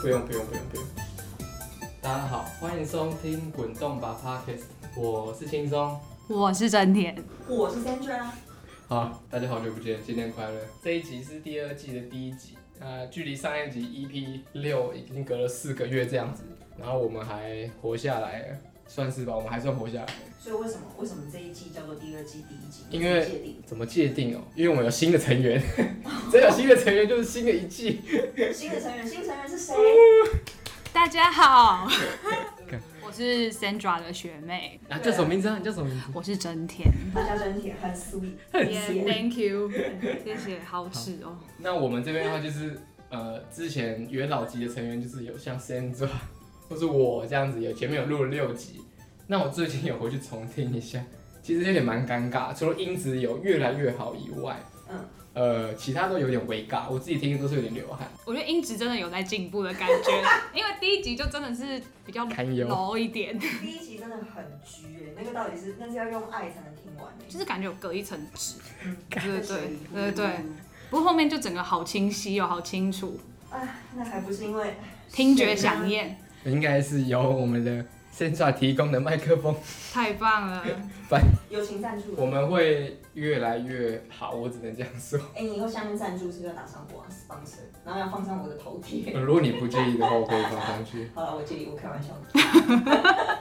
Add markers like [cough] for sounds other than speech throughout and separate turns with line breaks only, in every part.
不用不用不用不用。
大家好，欢迎收听《滚动吧 Podcast》，我是轻松。
我是真田，
我是啊 Sandra，
好，大家好久不见，新年快乐！这一集是第二季的第一集，呃，距离上一集 EP 六已经隔了四个月这样子，然后我们还活下来了，算是吧，我们还算活下来了。
所以为什么为什么这一季叫做第二季第一季？
因为
你自己界定
怎么界定哦？因为我们有新的成员， [laughs] 只要有新的成员就是新的一季。
新的成员，新成员是谁？
大家好，我是 Sandra 的学妹，
啊，叫什么名字啊？你叫什么名字？
我是真田。
大家真甜，很 sweet，
很
Thank you，谢谢，好事哦。
那我们这边的话就是，呃，之前元老级的成员就是有像 Sandra 或是我这样子，有前面有录了六集。那我最近有回去重听一下，其实有点蛮尴尬，除了音质有越来越好以外，
嗯，
呃，其他都有点微尬，我自己听都是有点流汗，
我觉得音质真的有在进步的感觉， [laughs] 因为第一集就真的是比较
堪忧。
low 一点，
第一集真的很焗哎，那个到底是那是要用爱才能听完哎，
就是感觉有隔一层纸。
嗯
对对对对，不过后面就整个好清晰哦，好清楚，
哎，那还不是因为
[laughs]
啊
听觉响应，
应该是由我们的 Sandra 提供的麦克风，
太棒了。
友情赞助
我？们会越来越好，我只能这样
[laughs]
说。
哎，你以后下面赞助是不是要打上我啊 sponsor，然后要放上我的头贴？
如果你不介意的话，我可以放上去。
好了，我介意，我开玩笑的。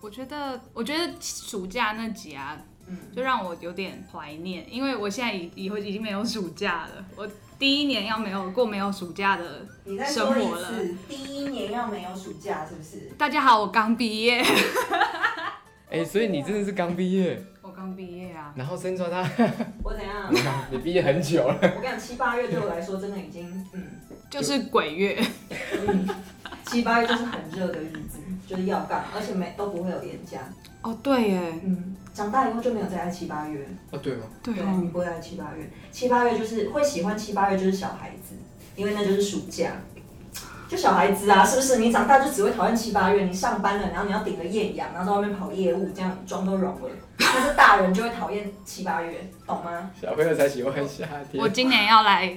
我觉得，我觉得暑假那集啊，
嗯，
就让我有点怀念，因为我现在以以后已经没有暑假了。我第一年要没有过没有暑假的，
你再说
生
一
活了
次，第一年要没有暑假是不是？
大家好，我刚毕业，
哎、所以你真的是刚毕业，
我刚毕业啊，
然后 Sandra 她
我怎 [laughs] 样？
你毕业很久了，
我跟你讲，七八月对我来说真的已经嗯。
就是鬼月，
七八月就是很热的日子，就是要干，而且没都不会有年假。
哦对耶，
嗯，长大以后就没有再爱七八月，
哦，对哦，
对
你
哦，
不会爱七八月。七八月就是会喜欢七八月，就是小孩子，因为那就是暑假。就小孩子啊，是不是？你长大就只会讨厌七八月，你上班了，然后你要顶个艳阳，然后在外面跑业务，这样妆都融了。但是大人就会讨厌七八月，懂吗？
小朋友才喜欢夏天，
我今年要来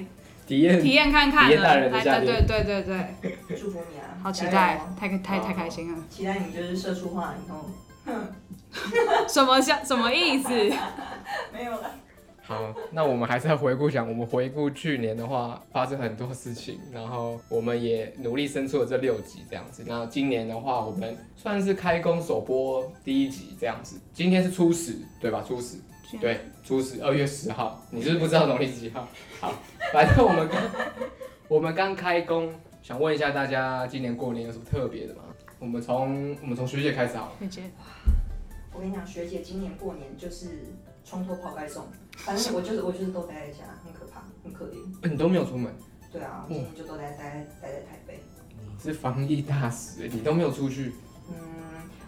体验
体验看看
体验大
了，
人的
来
夏
对
天
对对对对，
祝福你啊！
好期
加
待
油哦，
太太太开心了，
期待你就是社畜化以后，
什么像什么意思？
[laughs] 没有了。
好，那我们还是要回顾讲，我们回顾去年的话，发生很多事情，然后我们也努力生出了这六集这样子。那今年的话，我们算是开工首播第一集这样子。今天是初十，对吧？初十，对，初十，二月十号。你是不是不知道农历几号？好，反正我们刚我们刚开工，想问一下大家，今年过年有什么特别的吗？我们从我们从学姐开始好了。
学姐，
我跟你讲，学姐今年过年就是冲脱泡盖送，反正我就是我就是都待在家，很可怕，很可怜。
你都没有出门，
对啊，我今年就都待待待在台
嗯
北。
你是防疫大使，欸你都没有出去。
嗯，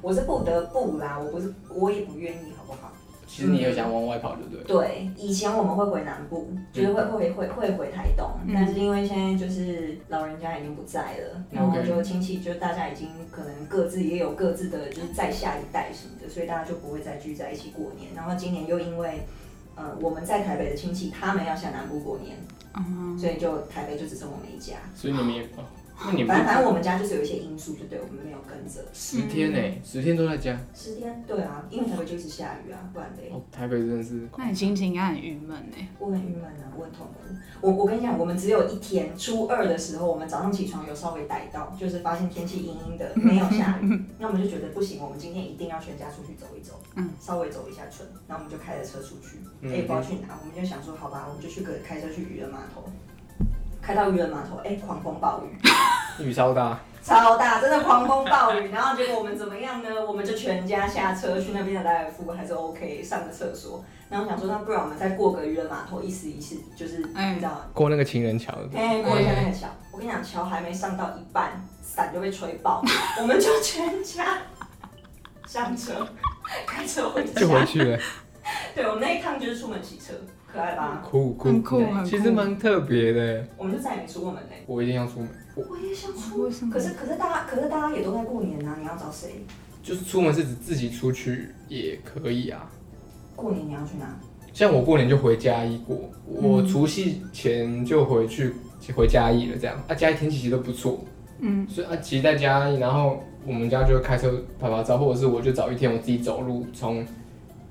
我是不得不啦，我不是我也不愿意，好不好？
其实你有想往外跑，对不对？嗯
对，以前我们会回南部，就是会会会会回台东，
嗯
但是因为现在就是老人家已经不在了，然后
OK
就亲戚就大家已经可能各自也有各自的就是在下一代什么的，所以大家就不会再聚在一起过年。然后今年又因为呃我们在台北的亲戚他们要下南部过年，
嗯，
所以就台北就只剩我们一家。
所以你们也，哦那你
反正
们
反正我们家就是有一些因素，就对我们没有跟着。
十天呢、十天都在家。
十天，对啊，因为台北就一直下雨啊，不然嘞，
哦，台北真的是，
那你心情应该很郁闷哎，
我很郁闷啊，我很痛苦。我我跟你讲，我们只有一天，初二的时候，我们早上起床有稍微逮到，就是发现天气阴阴的，没有下雨，那我们就觉得不行，我们今天一定要全家出去走一走，
嗯，
稍微走一下村，然后我们就开着车出去，哎
嗯
也、不知道去哪，我们就想说，好吧，我们就去个开车去渔人码头，开到渔人码头，哎、狂风暴雨，
雨超大，
超大，真的狂风暴雨。然后结果我们怎么样呢？我们就全家下车去那边的莱尔夫还是 OK 上个厕所。然后想说，那不然我们再过个渔人码头，一时一次，就是你
哎
知，道，
过那个情人桥。
哎、过一下那个桥。我哎跟你讲，桥还没上到一半，伞就被吹爆，我们就全家上车，开车回
就回
家。
去
[laughs]
了，
对，我们那一趟就是出门洗车，可爱吧？
酷酷
很，酷
对
很酷，
其实蛮特别
嗯
的。欸
我们就再也没出过门嘞。
我一定要出门，我
我也想出，
为什么
可？是可是大家可是大家也都在过年啊，你要找谁？
就是出门是指自己出去也可以啊。
过年你要去哪？
像我过年就回家一过，我除夕前就回去回嘉义了，这样啊，嘉义天气其实都不错，
嗯，
所以啊，其实在嘉义，然后我们家就开车拍拍照，或者是我就找一天我自己走路从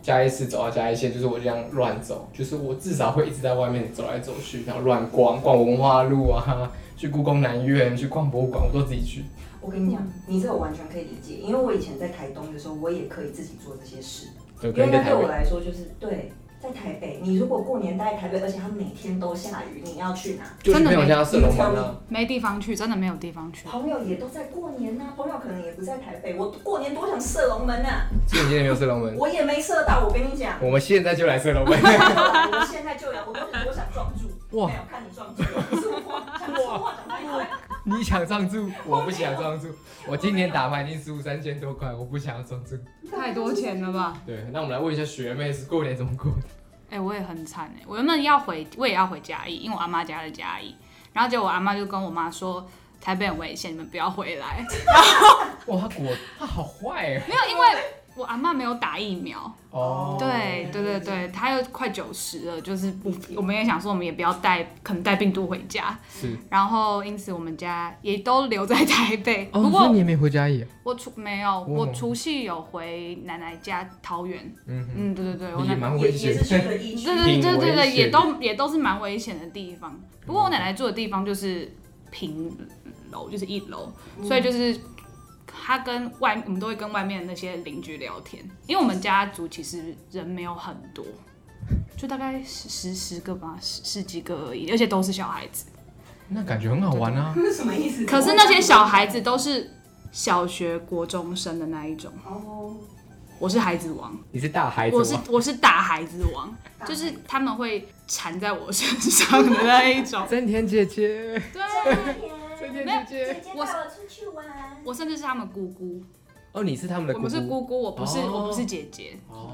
嘉义市走到嘉义县，就是我这样乱走，就是我至少会一直在外面走来走去，然后乱逛逛文化路啊，去故宫南院，去逛博物馆，我都自己去。
我跟你讲，
嗯
你这个我完全可以理解，因为我以前在台东的时候，我也可以自己做这些事，
对，
因为
跟在
那对
台
我
北，
来说就是对。在台北，你如果过年待在台北，而且它每天都下雨，你要去哪？
就是
真的
朋友
没
家射龙门啊，
没地方去，真的没有地方去。
朋友也都在过年呐、朋友可能也不在台北，我过年多想射龙门呐、
今年今年没有射龙门，
我也没射到，我跟你讲
[laughs] ，我们现在就来射龙门。
我现在就要，我都很多想撞住，
哇
没有看你撞住，不是我想说话讲太
[laughs]
快，
你想撞住，我不想撞住。我今年打牌已经输三千多块，我不想要撞住。
太多钱了吧？
对，那我们来问一下学妹是过年怎么过的？
哎、我也很惨哎、我原本要回，我也要回嘉义，因为我阿妈家在嘉义，然后结果我阿妈就跟我妈说。台北很危险，你们不要回来。 [laughs]
哇，她果她好坏
没有，因为我阿妈没有打疫苗，
哦。
对对对对，他又快九十了，就是我我们也想说，我们也不要带，可能带病毒回家，
是。
然后因此我们家也都留在台北。
哦，
不
所以
过
你也没回家也？
我除没有，
哦
我除夕有回奶奶家桃园。
嗯，
嗯，对对对，我
也
奶
蛮
也
危
也
险
是。去了
对
疫区，
对对对对
挺危
对，
险
也都也都是蛮危险的地方。不过我奶奶住的地方就是平楼，就是一楼，所以就是他跟外，我们都会跟外面的那些邻居聊天，因为我们家族其实人没有很多，就大概十十十个吧，十十几个而已，而且都是小孩子。
那感觉很好玩啊。
那是什么意思？
可是那些小孩子都是小学、国中生的那一种，
哦，
我是孩子王，
你是大孩子
我是
吗？。
我是大孩子王，就是他们会缠在我身上的那一种
[laughs] 真田姐姐，
对，
真
天，
田
没有
姐
姐
姐。
我是
我出去玩。
我甚至是他们姑姑，
哦，你是他们的
我
姑
们是
姑。
姑姑，我不是、
哦
我不是姐姐，
哦，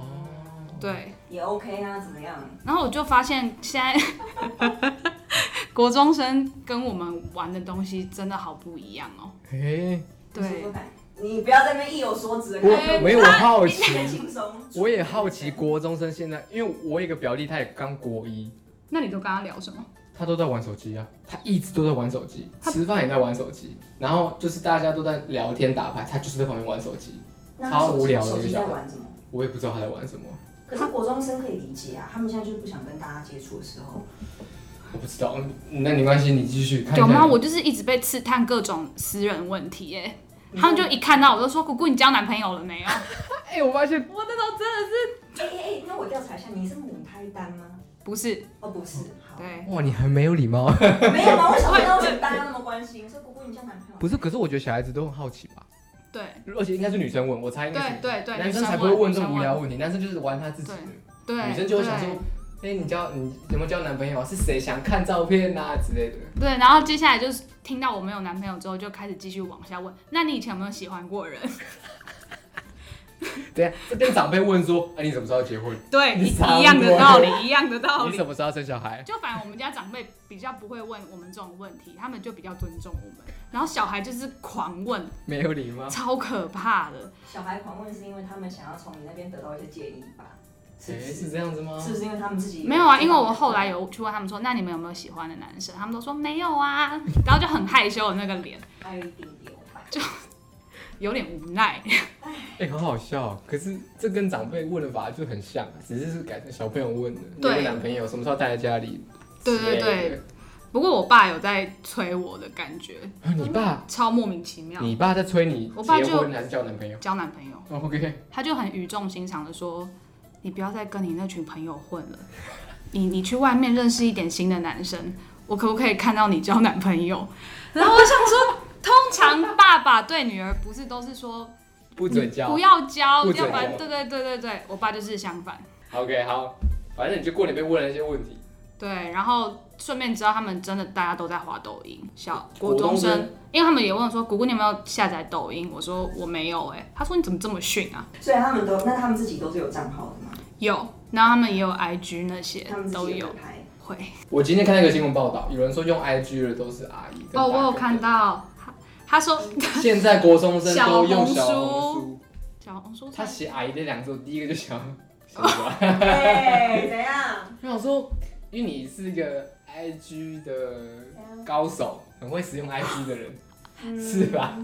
对。
也 OK 啊，怎么样？
然后我就发现现在 [laughs] 国中生跟我们玩的东西真的好不一样哦。
哎，
你
对
说，说看，你不要在那边意有所
哎
指，
我没有我好
你太
奇，
轻松。
我也好奇国中生现在，因为我有一个表弟，他也刚国一，
那你都跟他聊什么？
他都在玩手机啊，他一直都在玩手机，
他
吃饭也在玩手机，然后就是大家都在聊天打牌，他就是在旁边玩手机，
那
超无聊的
手机
一个
在
小孩
玩什么？
我也不知道他在玩什么，
可是国中生可以理解啊，他们现在就是不想跟大家接触的时候，
我不知道。嗯那没关系，你继续看一下
有
你。
吗？我就是一直被刺探各种私人问题耶、他们就一看到我就说：“姑姑，你交男朋友了没有
哎、我发现？”
[laughs] 我那时候真的是
哎哎哎，那我调查一下，你是母胎单吗？
呃不是
哦，不是，好，
对，
哇，你很没有礼貌。
没有吗？为什么要求大家那么关心？说姑姑，你交男朋友？
不是，可是我觉得小孩子都很好奇吧，
对
而且应该是女生问，我猜应该
对
是
对对，
男
女
生
生
才不会问这种
女生
无聊问题，男生就是玩他自己
对
的，
对，
女生就会想
对
说，哎、你交你有没有交男朋友啊？是谁想看照片啊之类的。
对，然后接下来就是听到我没有男朋友之后，就开始继续往下问。那你以前有没有喜欢过人？
对呀，这跟长辈问说，哎、你什么时候结婚？
对，
你
一
差不
一样的
多
道理，一样的道
你
理。
什么时候生小孩？
就反正我们家长辈比较不会问我们这种问题，他们就比较尊重我们。然后小孩就是狂问，
没有礼貌。
超可怕的。
小孩狂问是因为他们想要从你那边得到一些建议吧？是
哎、
不
是
是？
这样子吗
是？不是因为他们自己
没有啊，因为我后来有去问他们说，那你们有没有喜欢的男生？他们都说没有啊，然后就很害羞的那个脸，
还有一点点吧。
有点无奈。
哎、很好笑。可是这跟长辈问的法就很像，啊只是是改成小朋友问的。你有没有
对
男朋友什么时候带来家里？
对对
之类的。
不过我爸有在催我的感觉，
啊你爸，
超莫名其妙。
你爸在催你
我爸
结
就嗯
婚还是交男朋友
交男朋友。
哦？OK，
他就很语重心长的说：“你不要再跟你那群朋友混了， [laughs] 你你去外面认识一点新的男生，我可不可以看到你交男朋友？”然后我想说，通常爸爸对女儿不是都是说
不准交
不。要交，
不
要
准
不然
交
对对对对对，我爸就是相反。
OK，好，反正你就过年被问了一些问题。
对，然后顺便知道他们真的大家都在滑抖音，小
国
国
中
中
生
生，因为他们也问我说：“姑姑，你有没有下载抖音？”我说：“我没有。”哎，他说：“你怎么这么逊啊
所以他们都，那他们自己都是有账号的嘛？？”
有，然后他们也有 IG 那些
他们自
都
己
有
会。拍。
会
我今天看到一个新闻报道，有人说用 IG 的都是阿姨。
哦，我有看。到，他他说
现在国中生都用小
小
红
红
书，
小红书
他
才
写阿姨这两个字，我第一个
[laughs]
就想要写出来。 [laughs]
哎，怎样？
我想说，因为你是一个 IG 的高手，很会使用 IG 的人，是吧？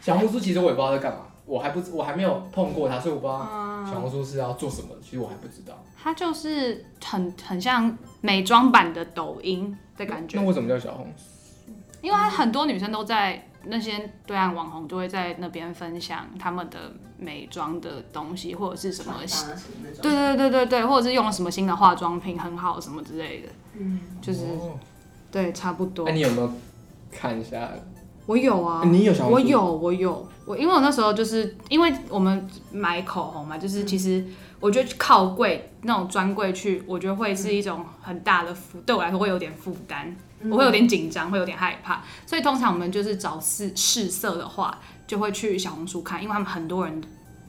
小红书其实我也不知道在干嘛，我还不知我还没有碰过它，所以我不知道小
嗯，
红书是要做什么的，其实我还不知道。
它就是很很像美妆版的抖音的感觉
那，为什么叫小红书？
因为它很多女生都在那些对岸网红就会在那边分享他们的美妆的东西或者是什
什么
么
啊什么那种。
对对对对对，或者是用了什么新的化妆品很好什么之类的，
嗯，
就是、
哦
对，差不多
那、。哎你有没有看一下？
哎
哎
我有啊，
你有小红
我
书？
有我有我，因为我那时候就是因为我们买口红嘛，就是
嗯
其实我觉得靠柜那种专柜去，我觉得会
嗯
是一种很大的负，对我来说会有点负担，我会有点紧张，会有点害怕，所以通常我们就是找试试色的话，就会去小红书看，因为他们很多人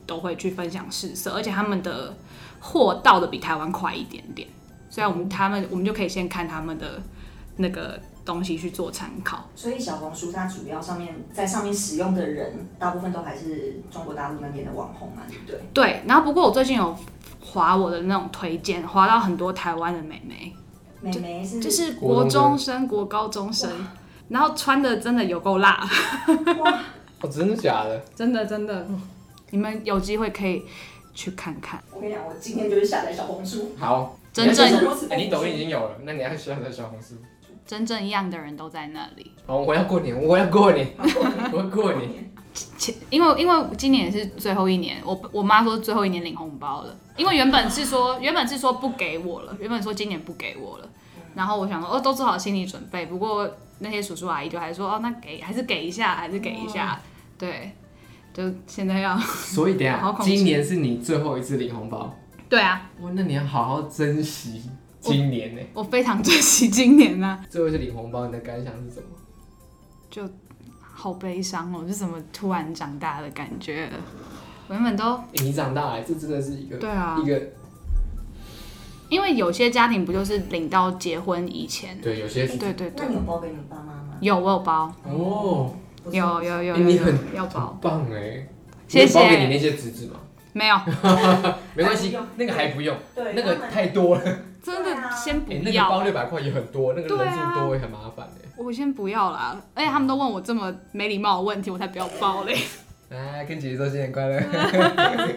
都会去分享试色，而且他们的货到的比台湾快一点点，所以
嗯
我们他们我们就可以先看他们的那个东西去做参考。
所以小红书它主要上面在上面使用的人，大部分都还是中国大陆那边的网红嘛，对不对？
对，然后不过我最近有划我的那种推荐，划到很多台湾的美眉，
美眉是
就是
国
国
中
中生、国高中生，然后穿的真的有够辣，
哦，真的假的？
真的真的，你们有机会可以去看看。
我跟你讲，我今天就是下载小红书，
好，
真
你要
正
说如此
哎、你抖音已经有了，那你还需要在小红书？
真正一样的人都在那里。
好，我要过年，我要过
[laughs]
年，我要过年。
其因为因为今年也是最后一年，我我妈说最后一年领红包了，因为原本是说原本是说不给我了，原本说今年不给我了，然后我想说哦都做好心理准备，不过那些叔叔阿姨就还说哦那给还是给一下，还是给一下，对，就现在要 [laughs]
所以等一
好
下，
恐怖
今年是你最后一次领红包，
对啊，
哇，那你要好好珍惜今年呢、
我非常珍惜今年啊，
最后一次领红包，你的感想是什么？
好悲伤哦，是怎么突然长大的感觉了？我原本都
欸你长大了，这真的是一个、
对啊
一，个
因为有些家庭不就是领到结婚以前，
对，有些
对对
那
对，
你有包给你爸妈吗？
有我有包。
哦，
不是
有有有
欸你
有
很
有要包，
很棒哎，
谢
你有包给你
谢。
那些侄子吗？
没有，
没关系
还不用，
那个还哎不用，
对
那个
他们
太多了，
真
对啊
的先不
欸那个包
要，
六百块也很多，那个
对
人
啊
数多也很麻烦
我先不要啦。而且他们都问我这么没礼貌的问题，我才不要包嘞。
哎。来，跟姐姐说新年快乐。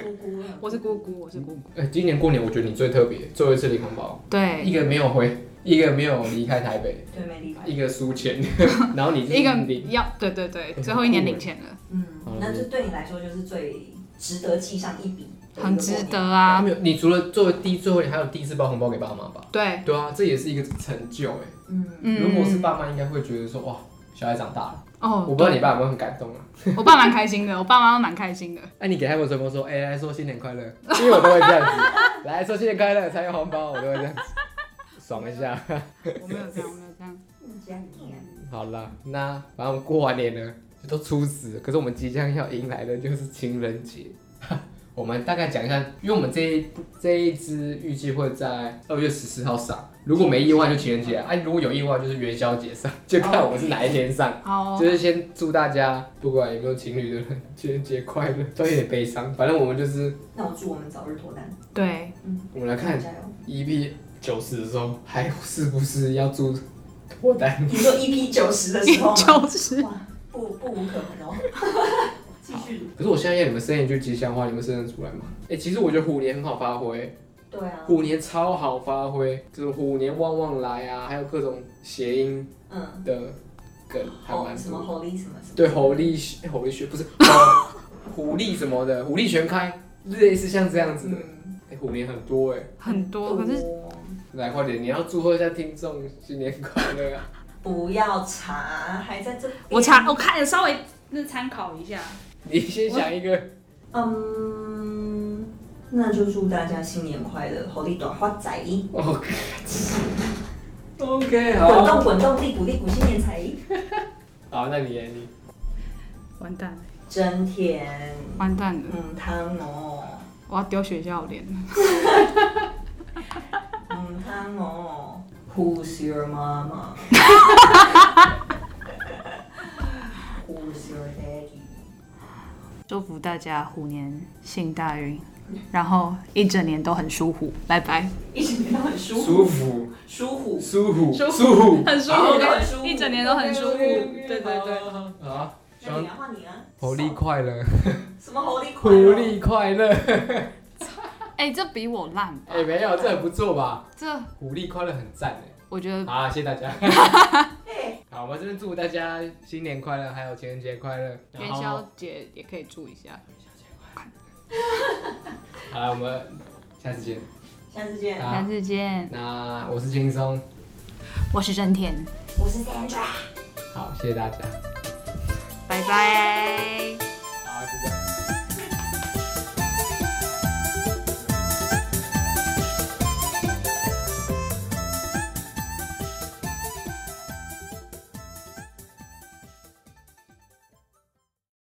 姑姑了
我是姑姑，我是姑姑。
[laughs] 哎，今年过年我觉得你最特别，最后一次领红包，
对，
一个没有回，一个没有离开台北，
对没离开，
一个输钱， [laughs] 然后你是
一个
领。
要，对对对
很，
最后一年领钱了，
嗯
好，
那就对你来说就是最值得记上一笔，
很值。得
啊，
啊。
没有，你除了作为第一最后，你还有第一次包红包给爸妈吧？
对，
对啊，这也是一个成就哎、
嗯，
嗯。
如果是爸妈，应该会觉得说哇，小孩长大了。
哦，
我不知道你爸有没有很感动啊？
对我爸蛮开心的，我爸妈蛮开心的。
那、你给他们什么说？哎、来说新年快乐，因为我都会这样
[laughs]
子，来说新年快乐才有红包，我都会这样子，爽一下。
我没有这样，我没有这样。
嗯这样子
好啦，那反正我们过完年呢，就都初十了，可是我们即将要迎来的就是情人节。 [laughs] 我们大概讲一下，因为我们这一这一支预计会在二月十四号上，如果没意外就情人节啊，啊如果有意外就是元宵节上，就看我们是哪一天上。
好
就，是先祝大家，不管有没有情侣的人，情人节快乐，都有点悲伤。反正我们就是，
那我祝我们早日脱单，
对，
我们来看
加油！
EP 九十的时候，还是不是要祝脱单？
你说 EP 九十的时候
啊
吗？
[laughs] 就是
哇，不不无可能哦。 [laughs] 继续。
可是我现在要你们生一句吉祥话，你们生得出来吗？哎、其实我觉得虎年很好发挥，
对啊，
虎年超好发挥，就是虎年旺旺来啊，还有各种谐音
嗯，
的梗，还
猴
蛮
什么
多。
猴力什么什么？
对，猴力诶猴力学不是猴虎力什么的，虎力全开，类似像这样子的。
嗯，
哎、虎年很多哎、
很多，可是
来，快点！你要祝贺一下听众新年快乐 [laughs] 啊！
不要查，还在这边。
我查，哦我看稍微那参考一下。
你先想一个，
嗯，那就祝大家新年快乐，猴力短花仔，
哦 OK，
滚
好，
动滚动，利鼓利鼓，新年财，
好，那你你
完蛋了，
真甜，
完蛋了，
嗯，汤哦，
我要丢学校脸了。
嗯，汤哦，Who's your
[laughs]
mama？Who's your daddy？
祝福大家虎年行大运，然后一整年都很舒服，拜拜。
一整年都很舒服，
舒服，
舒服，
舒服，
舒
舒服，
很舒
好
服，一整年都很舒服。
OK，OK，OK，
对对对，
好啊，希
那
望
你啊，换你啊，
狐狸快乐，
什么狐狸快
狐
乐？
狸快乐。
[laughs] 哎、这比我烂吧？
哎，没有，这很不错吧？
这
狐狸快乐很赞哎。
我觉得
好啊，谢谢大家。 [laughs]
哎，
好，我们这边祝大家新年快乐，还有情人节快乐。然
元
后
宵节也可以注意一下。
好了，我们下次见。
下次见，
好
下次见，
那我是轻松，
我是真田，
我是 Sandra。
好，谢谢大家。
拜拜。